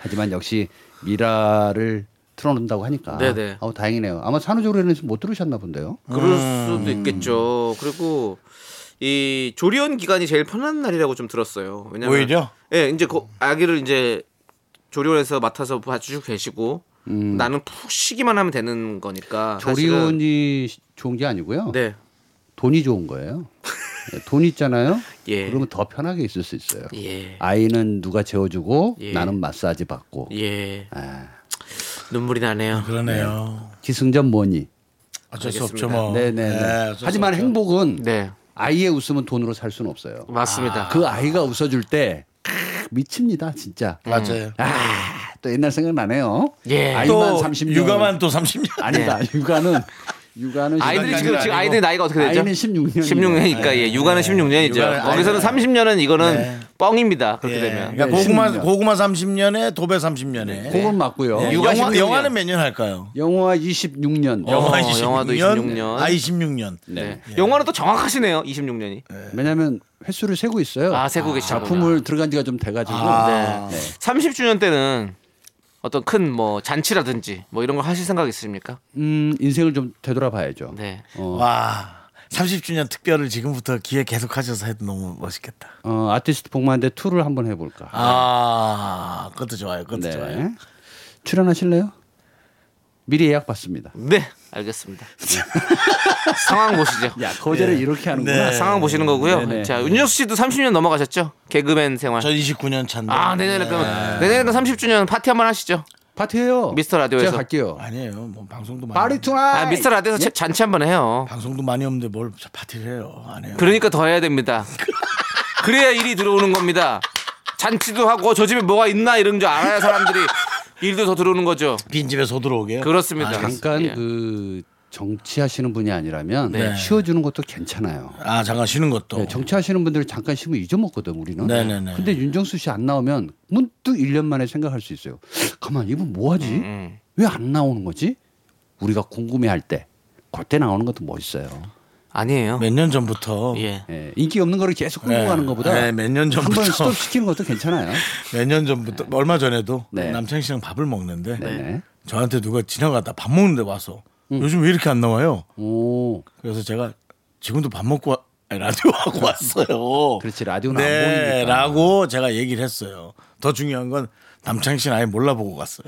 하지만 역시 미라를 틀어놓는다고 하니까
네, 네.
아우 다행이네요. 아마 산후조리는 못 들으셨나 본데요.
그럴 수도 있겠죠. 그리고 이 조리원 기간이 제일 편한 날이라고 좀 들었어요. 왜냐면
오히려?
예 이제 그 아기를 이제 조리원에서 맡아서 봐주시고 계시고 나는 푹 쉬기만 하면 되는 거니까 아, 사실은-
조리원이 좋은 게 아니고요.
네
돈이 좋은 거예요. 네, 돈 있잖아요.
[laughs] 예.
그러면 더 편하게 있을 수 있어요.
예.
아이는 누가 재워주고
예.
나는 마사지 받고
예. 눈물이 나네요.
그러네요.
기승전 뭐니.
어쩔 수
알겠습니다.
없죠, 뭐.
네네.
네,
하지만 행복은
네.
아이의 웃음은 돈으로 살 수는 없어요.
맞습니다.
그 아이가 웃어줄 때 크, 미칩니다 진짜.
맞아요.
아, 또 옛날 생각나네요.
예. 네.
아이만
또
30년.
육아만 또 30년.
아니다. 육아는 육아는
아이들이
16년이
지금 지금
아니고
아이들 나이가 어떻게 되죠?
아이는 16년.
16년이니까 예, 육아는 16년이죠.
육아는-
거기서는
아,
30년은 이거는 뻥입니다. 그렇게 되면
그러니까 고구마 고구마 30년에 도배
네,
30년에.
네.
예.
그건 맞고요.
육아
영화
어, 16년.
영화는 몇 년 할까요?
영화 26년.
영화 26년. 영화도 26년.
아 26년.
네. 영화는 또 정확하시네요. 26년이.
왜냐하면 횟수를 세고 있어요.
아, 세고 계시구나.
작품을 들어간 지가 좀 돼가지고.
아.
네.
30주년 때는 어떤 큰 뭐 잔치라든지 뭐 이런 걸 하실 생각 있습니까?
음 인생을 좀 되돌아봐야죠.
네.
어,
와 30주년 특별을 지금부터 기획 계속하셔서 해도 너무 멋있겠다.
어, 아티스트 복만대 투를 한번 해볼까.
아 그것도 좋아요. 그것도
네.
좋아요.
출연하실래요? 미리 예약 받습니다.
네,
[laughs]
알겠습니다. 상황 보시죠.
야 거절을 이렇게 하는구나.
네. 상황 보시는 거고요.
네. 네네.
자, 윤정수 씨도 30년 넘어가셨죠? 개그맨 생활.
저 29년 네. 차인데.
아, 내년에
네.
그러면 내년에 30주년 파티 한번 하시죠.
파티예요.
미스터 라디오에서.
제가 갈게요.
아니에요. 뭐 방송도 많이
파리 투나.
아, 미스터 라디오에서 자- 잔치 한번 해요.
방송도 많이 없는데 뭘 파티를 해요. 안 해요.
그러니까 더 해야 됩니다. 그래야 일이 들어오는 겁니다. 잔치도 하고 저 집에 뭐가 있나 이런 줄 알아야 사람들이 일도 더 들어오는 거죠.
빈집에 서 들어오게요.
그렇습니다.
아, 잠깐
예.
그 정치하시는 분이 아니라면
네.
쉬어주는 것도 괜찮아요.
아 잠깐 쉬는 것도.
네, 정치하시는 분들 잠깐 쉬면 잊어먹거든 우리는.
네네네.
근데 윤정수 씨 안 나오면 문득 1년 만에 생각할 수 있어요. 가만 이분 뭐하지?
음.
왜 안 나오는 거지? 우리가 궁금해할 때 그때 나오는 것도 멋있어요.
아니에요.
몇 년 전부터
예.
예, 인기 없는 거를 계속 홍보하는
네.
것보다
네, 몇년 전부터.
한번 스톱 시키는
[laughs]
것도 괜찮아요.
몇 년 전부터 얼마 전에도
네.
남창 씨랑 밥을 먹는데
네. 음.
저한테 누가 지나가다 밥 먹는데 와서 요즘 왜 이렇게 안 나와요?
오,
그래서 제가 지금도 밥 먹고 와- 아니, 라디오 [laughs] 하고 왔어요.
그렇지 라디오는 안
네,
보이니까.
라고 제가 얘기를 했어요. 더 중요한 건 남창 씨는 아예 몰라보고 갔어요.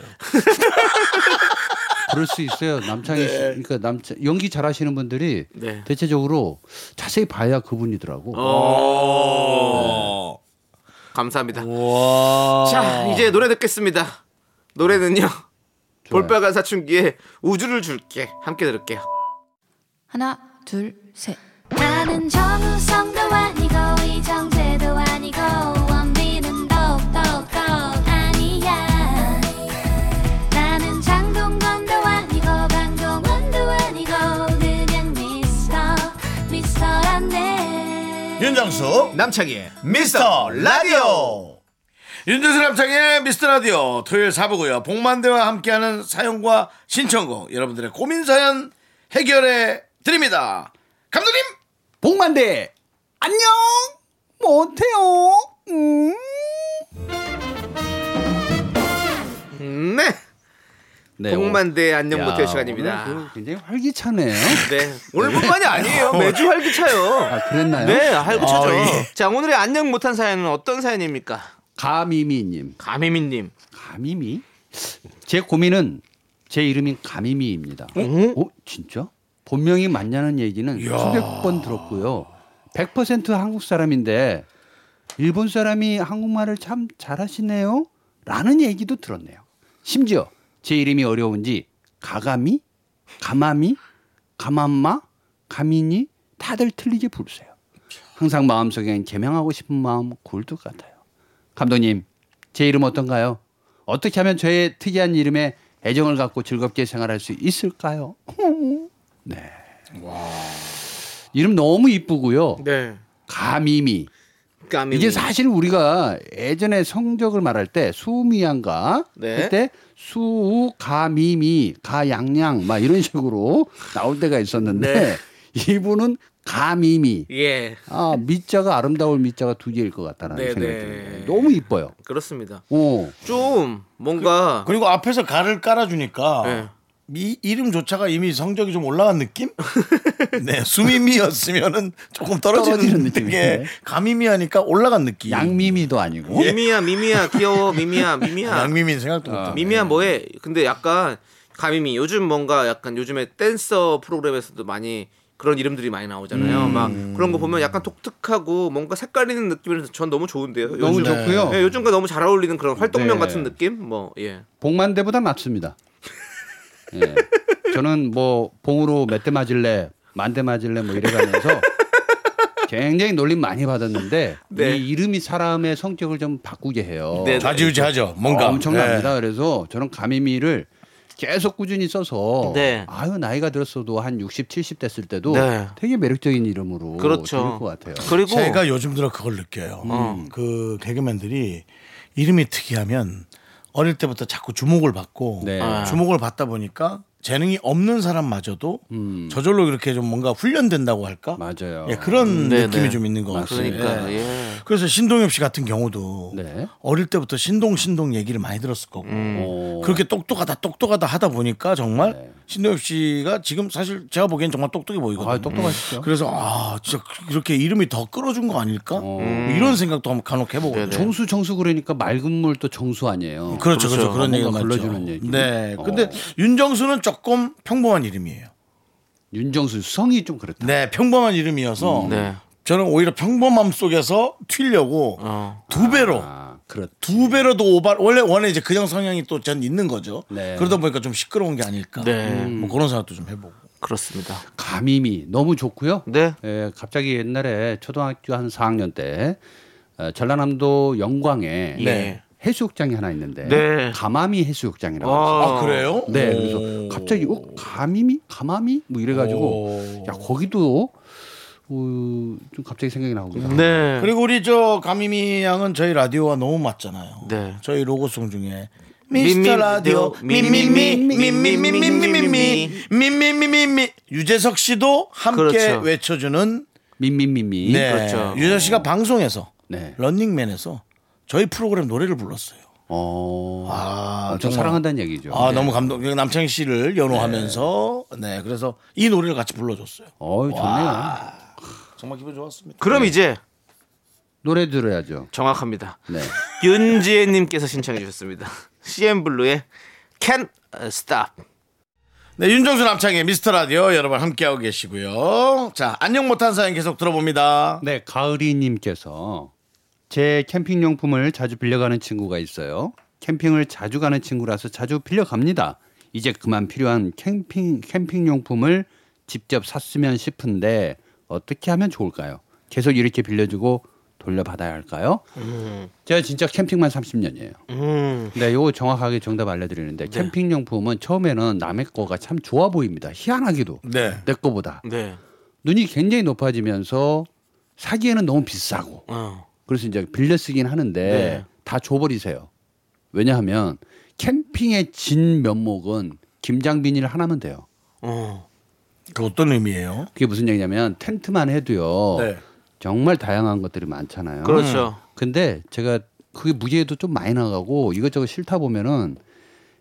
그럴 수 있어요. 남창희 씨,
네.
그러니까 남 연기 잘하시는 분들이
네.
대체적으로 자세히 봐야 그분이더라고.
어.
오. 감사합니다. 자, 이제 노래 듣겠습니다. 노래는요. 볼빨간 사춘기에 우주를 줄게. 함께 들을게요.
하나, 둘, 셋.
나는 정우성도 아니고 이정재도 아니고 원빈은 더욱더 아니야 나는 장동건도 아니고 강동원도 아니고 그냥 미스터 미스터란데
윤정수 남창희의 미스터 라디오 윤정수 남창희의 미스터 라디오 토요일 사부고요 복만대와 함께하는 사연과 신청곡 여러분들의 고민 사연 해결해 드립니다 감독님
복만대 안녕 못해요. 음.
네.
네,
복만대 안녕
오늘-
못해
야,
시간입니다.
오늘 그 굉장히 활기차네요.
네. 오늘뿐만이
[laughs]
아니에요. 매주 활기차요.
아, 그랬나요?
네, 활기차죠.
아, 예.
자, 오늘의 안녕 못한 사연은 어떤 사연입니까?
가미미님,
가미미님.
가미미? 제 고민은 제 이름이 가미미입니다. 어? 진짜? 본명이 맞냐는 얘기는 수백 번 들었고요. 100% 한국 사람인데 일본 사람이 한국말을 참 잘하시네요. 라는 얘기도 들었네요. 심지어 제 이름이 어려운지 가가미, 가마미, 가맘마, 가미니 다들 틀리게 부르세요. 항상 마음속엔 개명하고 싶은 마음 골드 같아요. 감독님, 제 이름 어떤가요? 어떻게 하면 저의 특이한 이름에 애정을 갖고 즐겁게 생활할 수 있을까요? [laughs] 네. 이름 너무 이쁘고요.
네.
가미미.
가미미.
이게 사실 우리가 예전에 성적을 말할 때 수미양가
네.
그때 수가미미 가양양 막 이런 식으로 나올 때가
네.
있었는데 [laughs] 이분은 가미미
예.
아 미자가 아름다울 미자가 두 개일 것 같다는
네,
생각이
네.
드는데 너무 이뻐요.
그렇습니다.
오.
좀 뭔가
그리고 앞에서 가를 깔아주니까
그,
네.
어.
이 이름조차가 이미 성적이 좀 올라간 느낌? 네, 수미미였으면은 조금 떨어지는,
떨어지는
느낌.
느낌이네.
예, 가미미 하니까 올라간 느낌.
양미미도 아니고
미미야 미미야 귀여워 미미야 미미야
아,
양미미는 생각도 못합니다.
네.
미미야 뭐해? 근데 약간 가미미 요즘 뭔가 약간 요즘에 댄서 프로그램에서도 많이 그런 이름들이 많이 나오잖아요.
음.
막 그런 거 보면 약간 독특하고 뭔가 색깔 있는 느낌이라서 전 너무 좋은데요.
너무
요즘-
좋고요.
예, 요즘과 너무 잘 어울리는 그런 활동명
네.
같은 느낌? 뭐 예.
복만대보다 낫습니다. 예. 저는 뭐 봉으로 몇 대 맞을래, 만 대 맞을래 뭐 이래가면서 굉장히 놀림 많이 받았는데
네.
이 이름이 사람의 성격을 좀 바꾸게 해요. 아,
네.
좌지우지하죠. 뭔가
엄청납니다.
예.
그래서 저는 가미미를 계속 꾸준히 써서
네.
아유 나이가 들었어도 한 60, 70 됐을 때도
네.
되게 매력적인 이름으로
그렇죠.
들릴 것 같아요.
제가 요즘 들어 그걸 느껴요.
어.
그 개그맨들이 이름이 특이하면 어릴 때부터 자꾸 주목을 받고
네.
주목을 받다 보니까 재능이 없는 사람마저도 저절로 이렇게 좀 뭔가 훈련된다고 할까?
음. 맞아요.
예, 그런
음, 네,
느낌이
네.
좀 있는 것 같습니다.
그러니까, 네.
예.
예.
그래서 신동엽 씨 같은 경우도 어릴 때부터 신동 신동 얘기를 많이 들었을 거고
음. 어,
그렇게 똑똑하다 똑똑하다 하다 보니까 정말
네.
신동엽 씨가 지금 사실 제가 보기엔 정말 똑똑해 보이거든요.
아, 똑똑하시죠.
그래서 아 진짜 이렇게 이름이 더 끌어준 거 아닐까? 뭐 이런 생각도 한번 간혹 해보고
정수 정수 그러니까 맑은 물 또 정수 아니에요.
그렇죠, 그렇죠. 그런 얘기가
뭔가
맞죠.
불러주는 얘기. 어.
네. 근데 윤정수는 조금 평범한 이름이에요.
윤정수 성이 좀 그렇다.
네, 평범한 이름이어서
음, 네.
저는 오히려 평범함 속에서 튀려고
어.
어,
두 배로
아,
두 배로 더 오바 원래 원래 이제 그냥 성향이 또 전 있는 거죠.
네.
그러다 보니까 좀 시끄러운 게 아닐까.
네.
뭐 그런 생각도 좀 해보고.
그렇습니다.
감임이 너무 좋고요. 네. 갑자기 옛날에 초등학교 한 4학년 때 어, 전라남도 영광에
네.
해수욕장이 하나 있는데
네.
가마미 해수욕장이라고.
아,
있어요.
아, 그래요?
네.
오.
그래서 갑자기 어, 가미미 가마미 뭐
어.
이래가지고 야 거기도 어, 좀 갑자기 생각이 나옵니다.
네.
네.
그리고 우리 저 감미미 양은 저희 라디오와 너무 맞잖아요. 저희 로고송 중에 네. 미스터 라디오 미미미 미미미미미미미 미미미미미 유재석 씨도 함께
그렇죠.
외쳐주는
미미미미.
네.
그렇죠.
유재석 씨가 방송에서
네.
런닝맨에서 저희 프로그램 노래를 불렀어요.
어.
아,
엄청
정말.
사랑한다는 얘기죠.
아,
네.
너무 감동. 남창희 씨를 연호하면서 네. 그래서 이 노래를 같이 불러줬어요.
어, 좋네요.
정말 기분 좋았습니다.
그럼 이제
노래 들어야죠.
정확합니다.
네.
윤지혜님께서 신청해 주셨습니다. [laughs] CM 블루의 Can Stop.
네, 윤정수 남창의 미스터 라디오 여러분 함께하고 계시고요. 자, 안녕 못한 사연 계속 들어봅니다.
네, 가을이님께서 제 캠핑 용품을 자주 빌려가는 친구가 있어요. 캠핑을 자주 가는 친구라서 자주 빌려갑니다. 이제 그만 필요한 캠핑 캠핑 용품을 직접 샀으면 싶은데 어떻게 하면 좋을까요? 계속 이렇게 빌려주고 돌려받아야 할까요? 제가 진짜 캠핑만 30년이에요. 네, 요거 정확하게 정답 알려드리는데 캠핑 용품은 처음에는 남의 거가 참 좋아 보입니다. 희한하기도
네.
내 거보다
네.
눈이 굉장히 높아지면서 사기에는 너무 비싸고
어.
그래서 이제 빌려 쓰긴 하는데
네.
다 줘버리세요. 왜냐하면 캠핑의 진 면목은 김장 비닐 하나면 돼요.
어.
그 어떤 의미예요?
그게 무슨 얘기냐면 텐트만 해도요.
네.
정말 다양한 것들이 많잖아요.
그렇죠.
근데 제가 그게 무게도 좀 많이 나가고 이것저것 싫다 보면은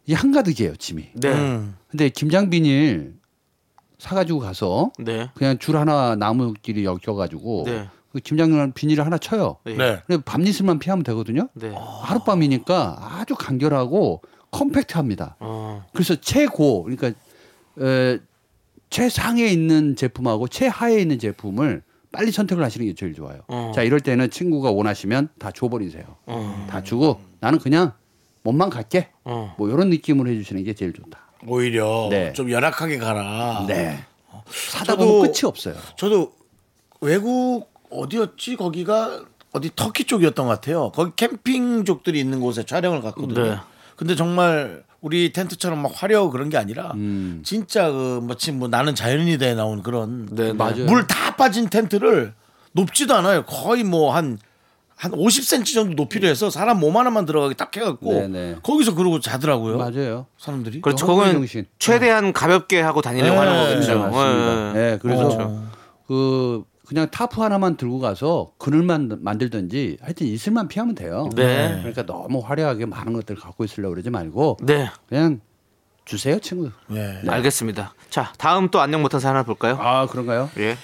이 한가득이에요 짐이.
네. 음.
근데 김장 비닐 사가지고 가서
네.
그냥 줄 하나 나무끼리 엮여가지고
네.
그 김장용 비닐을 하나 쳐요.
네.
근데 밤이슬만 피하면 되거든요.
네.
하룻밤이니까 아주 간결하고 컴팩트합니다.
어.
그래서 최고 그러니까 에, 최상에 있는 제품하고 최하에 있는 제품을 빨리 선택을 하시는 게 제일 좋아요.
어.
자 이럴 때는 친구가 원하시면 다 줘버리세요.
어.
다 주고 나는 그냥 몸만 갈게.
어.
뭐 이런 느낌으로 해주시는 게 제일 좋다.
오히려
네.
좀 열악하게 가라.
네. 사다
아. 저도-
보면 끝이 없어요.
저도 외국 어디였지 거기가 어디 터키 쪽이었던 것 같아요. 거기 캠핑족들이 있는 곳에 촬영을 갔거든요.
네.
근데 정말 우리 텐트처럼 막 화려하고 그런 게 아니라
음.
진짜 그 마치 뭐 나는 자연인이다에 나온 그런
맞아요.
물 다 빠진 텐트를 높지도 않아요. 거의 뭐 한 한 50cm 정도 높이로 해서 사람 몸 하나만 들어가게 딱 해갖고
네, 네.
거기서 그러고 자더라고요.
맞아요.
사람들이
그렇죠. 그건 최대한 가볍게 하고 다니려고 하는 거겠죠.
네. 맞습니다.
그렇죠. 예, 예.
예, 그래서
그렇죠.
그 그냥 타프 하나만 들고 가서 그늘만 만들든지 하여튼 이슬만 피하면 돼요.
네.
그러니까 너무 화려하게 많은 것들 을 갖고 있으려고 그러지 말고
네.
그냥 주세요, 친구.
네. 알겠습니다. 자, 다음 또 안녕 못한 사연 하나 볼까요?
아, 그런가요?
예.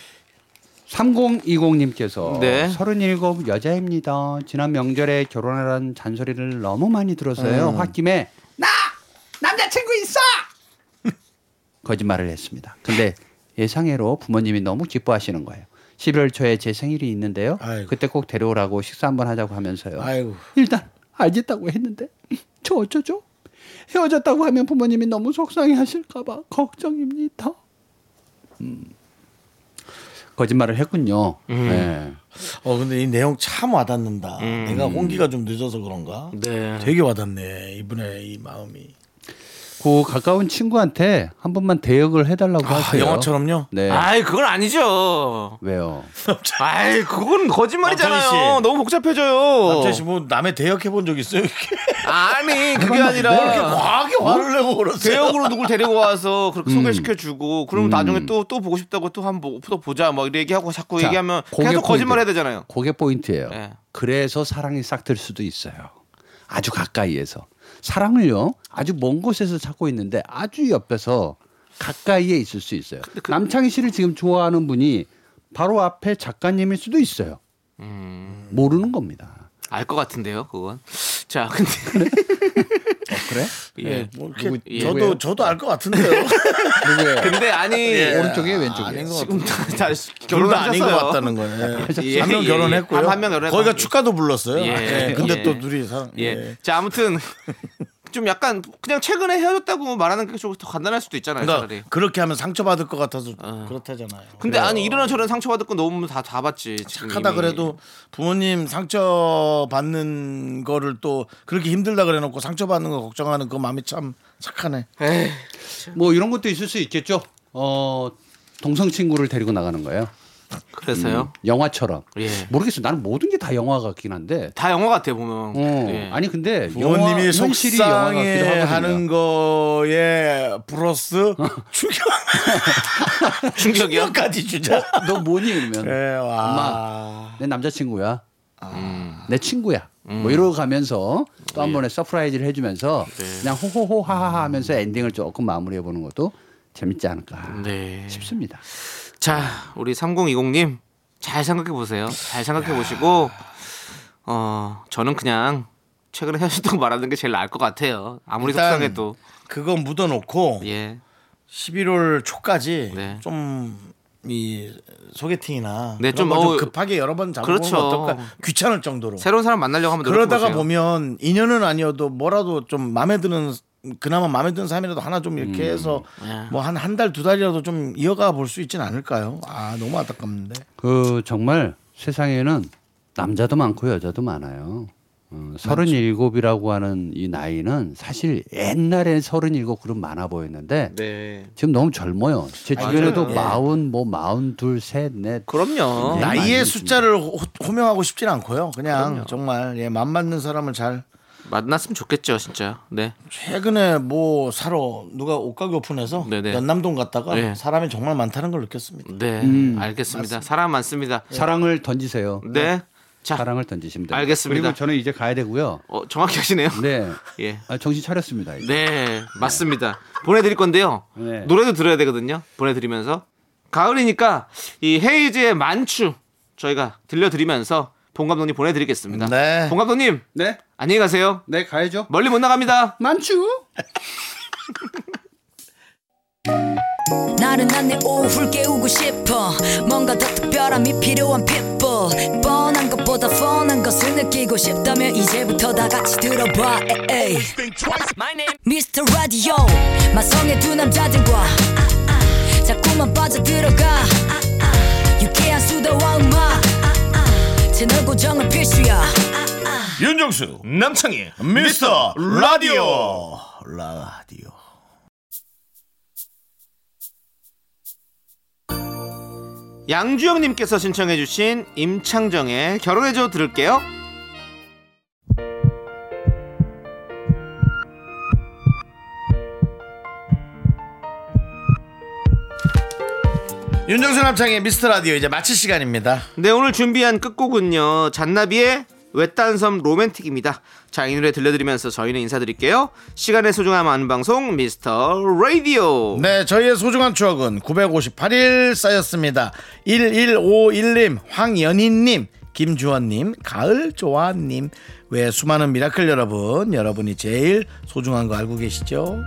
3020님께서
네.
37 여자입니다. 지난 명절에 결혼하라는 잔소리를 너무 많이 들었어요.
음.
홧김에
남자친구 있어!
거짓말을 했습니다. 근데 예상외로 부모님이 너무 기뻐하시는 거예요. 11월 초에 제 생일이 있는데요. 그때 꼭 데려오라고 식사 한번 하자고 하면서요.
아이고.
일단 알겠다고 했는데 [laughs] 저 어쩌죠? 헤어졌다고 하면 부모님이 너무 속상해하실까봐 걱정입니다. 음. 거짓말을 했군요.
음.
네.
어 근데 이 내용 참 와닿는다. 내가 홍기가 좀 늦어서 그런가?
음. 네.
되게 와닿네 이분의 이 마음이.
그 가까운 친구한테 한 번만 대역을
아,
해달라고 하세요.
그 아, 영화처럼요?
네.
아이 그건 아니죠.
왜요?
아이 그건 거짓말이잖아요. 너무 복잡해져요.
남자 씨뭐 남의 대역해 본 적 있어요? 이렇게?
아니 그게
뭐
아니라
이렇게 과하게 화를 내고 그러세요?
대역으로 누굴 데리고 와서 그렇게
음.
소개시켜주고 그럼
음.
나중에 또 또 보고 싶다고 또 한번 또 보자 막 이렇게 얘기하고 자꾸
자,
얘기하면
그게
계속
포인트.
거짓말 해야 되잖아요. 네.
그게 포인트예요. 그래서 사랑이 싹 들 수도 있어요. 아주 가까이에서 사랑을요. 아주 먼 곳에서 찾고 있는데 아주 옆에서 가까이에 있을 수 있어요.
그
남창희 씨를 지금 좋아하는 분이 바로 앞에 작가님일 수도 있어요.
음.
모르는 겁니다.
알 것 같은데요 그건.
[laughs]
자 근데
어,
그래?
[laughs] 예.
뭐 이렇게
누구- 예.
저도
누구예요?
저도 알 것
[laughs]
같은데요. [laughs]
근데 아니 아,
예.
왼쪽이에요?
[laughs]
지금 다,
둘다 아닌
결혼하셨어요.
것 같다는 거예요. 한 명 결혼했고요.
한명 결혼.
거기가 축가도 불렀어요. 예, 근데 또 둘이 사랑.
예.
예.
자 아무튼 좀 약간 그냥 최근에 헤어졌다고 뭐 말하는 게 좀 더 간단할 수도 있잖아요.
그러니까
차라리. 어.
그렇게 하면 상처받을 것 같아서 그렇다잖아요.
근데 아니 이런 저런 상처받을 건 너무 다 다 봤지. 지금
착하다
음.
이미.
그래도 부모님 상처 받는 거를 또 그렇게 힘들다 그래놓고 상처 받는 거 걱정하는 그 마음이 참 착하네.
뭐 이런 것도 있을 수 있겠죠. 어 동성 친구를 데리고 나가는 거예요.
그래서요?
음.
영화처럼.
예.
모르겠어. 나는 모든 게 다 영화 같긴 한데.
다 영화 같아요 보면.
어,
예.
아니 근데 영화,
부모님이
현실이 영화 같기도
속상해
하거든요.
하는 거에
[laughs]
플러스 충격
충격이요?
까지 주자.
어, 너 뭐니 이러면.
예,
엄마, 내 남자친구야. 음. 내 친구야. 뭐 이러고 가면서 또 한 번의 서프라이즈를 해주면서 그냥 호호호 하하하 하면서 엔딩을 조금 마무리해 보는 것도 재밌지 않을까
네.
싶습니다.
자 우리 3020님 잘 생각해 보세요. 잘 생각해 보시고 어 저는 그냥 최근에 헤어졌다고 [laughs] 말하는 게 제일 나을 것 같아요. 아무리
일단
속상해도. 예.
그거
예.
묻어놓고 11월 초까지
네.
좀 이 소개팅이나
네,
그런
좀
걸좀
어우-
급하게 여러 번 잡아보는
그렇죠.
건 어떨까? 귀찮을 정도로
새로운 사람 만나려고 하면
그러다가
노력해보세요.
보면 인연은 아니어도 뭐라도 좀 마음에 드는 그나마 마음에 드는 사람이라도 하나 좀 이렇게 해서
예.
뭐 한 한 달 두 달이라도 좀 이어가 볼 수 있진 않을까요? 아 너무 안타깝는데.
네,
그 정말 세상에는 남자도 많고 여자도 많아요. 어, 37이라고 하는 이 나이는 사실 옛날에 37 그룹 많아 보였는데
네.
지금 너무 젊어요. 제
맞아요.
주변에도
예.
마흔 뭐 마흔 둘 셋 넷.
그럼요.
나이의 숫자를 호, 호명하고 싶진 않고요. 그냥
그럼요.
정말 예, 맘 맞는 사람을 잘
만났으면 좋겠죠 진짜. 네.
최근에 뭐 사러 누가 옷가게 오픈해서
네네.
연남동 갔다가
네.
사람이 정말 많다는 걸 느꼈습니다.
네.
음.
알겠습니다. 사람 많습니다.
사랑을 던지세요.
네.
사랑을 던지시면 됩니다.
알겠습니다.
그리고 저는 이제 가야 되고요.
어, 정확히 하시네요.
네.
예.
아, 정신 차렸습니다. 이제.
네, 맞습니다. 보내드릴 건데요.
네.
노래도 들어야 되거든요. 보내드리면서 가을이니까 이 헤이즈의 만추 저희가 들려드리면서 봉 감독님 보내드리겠습니다.
네.
봉 감독님.
네.
안녕히 가세요.
네, 가야죠.
멀리 못 나갑니다.
만추.
나른한 내 오후를 깨우고 싶어 뭔가 더 특별함이 필요한 people 뻔한 것보다 뻔한 것을 느끼고 싶다면 이제부터 다 같이 들어봐 에이. Mr. Radio 마성의 두 남자들과 자꾸만 빠져들어가 유쾌한 수다와 음악 채널 고정은 필수야
윤정수 남창희 미스터 라디오 라디오
양주영님께서 신청해주신 임창정의 결혼해줘 들을게요.
윤정수 남창의 미스터 라디오 이제 마칠 시간입니다.
네 오늘 준비한 끝곡은요 잔나비의 외딴섬 로맨틱입니다 자 이 노래 들려드리면서 저희는 인사드릴게요 시간의 소중함 아는 방송 미스터 라디오
네, 저희의 소중한 추억은 958일 쌓였습니다. 1151님, 황연희님, 김주원님, 가을조아님. 외 수많은 미라클 여러분, 여러분이 제일 소중한 거 알고 계시죠?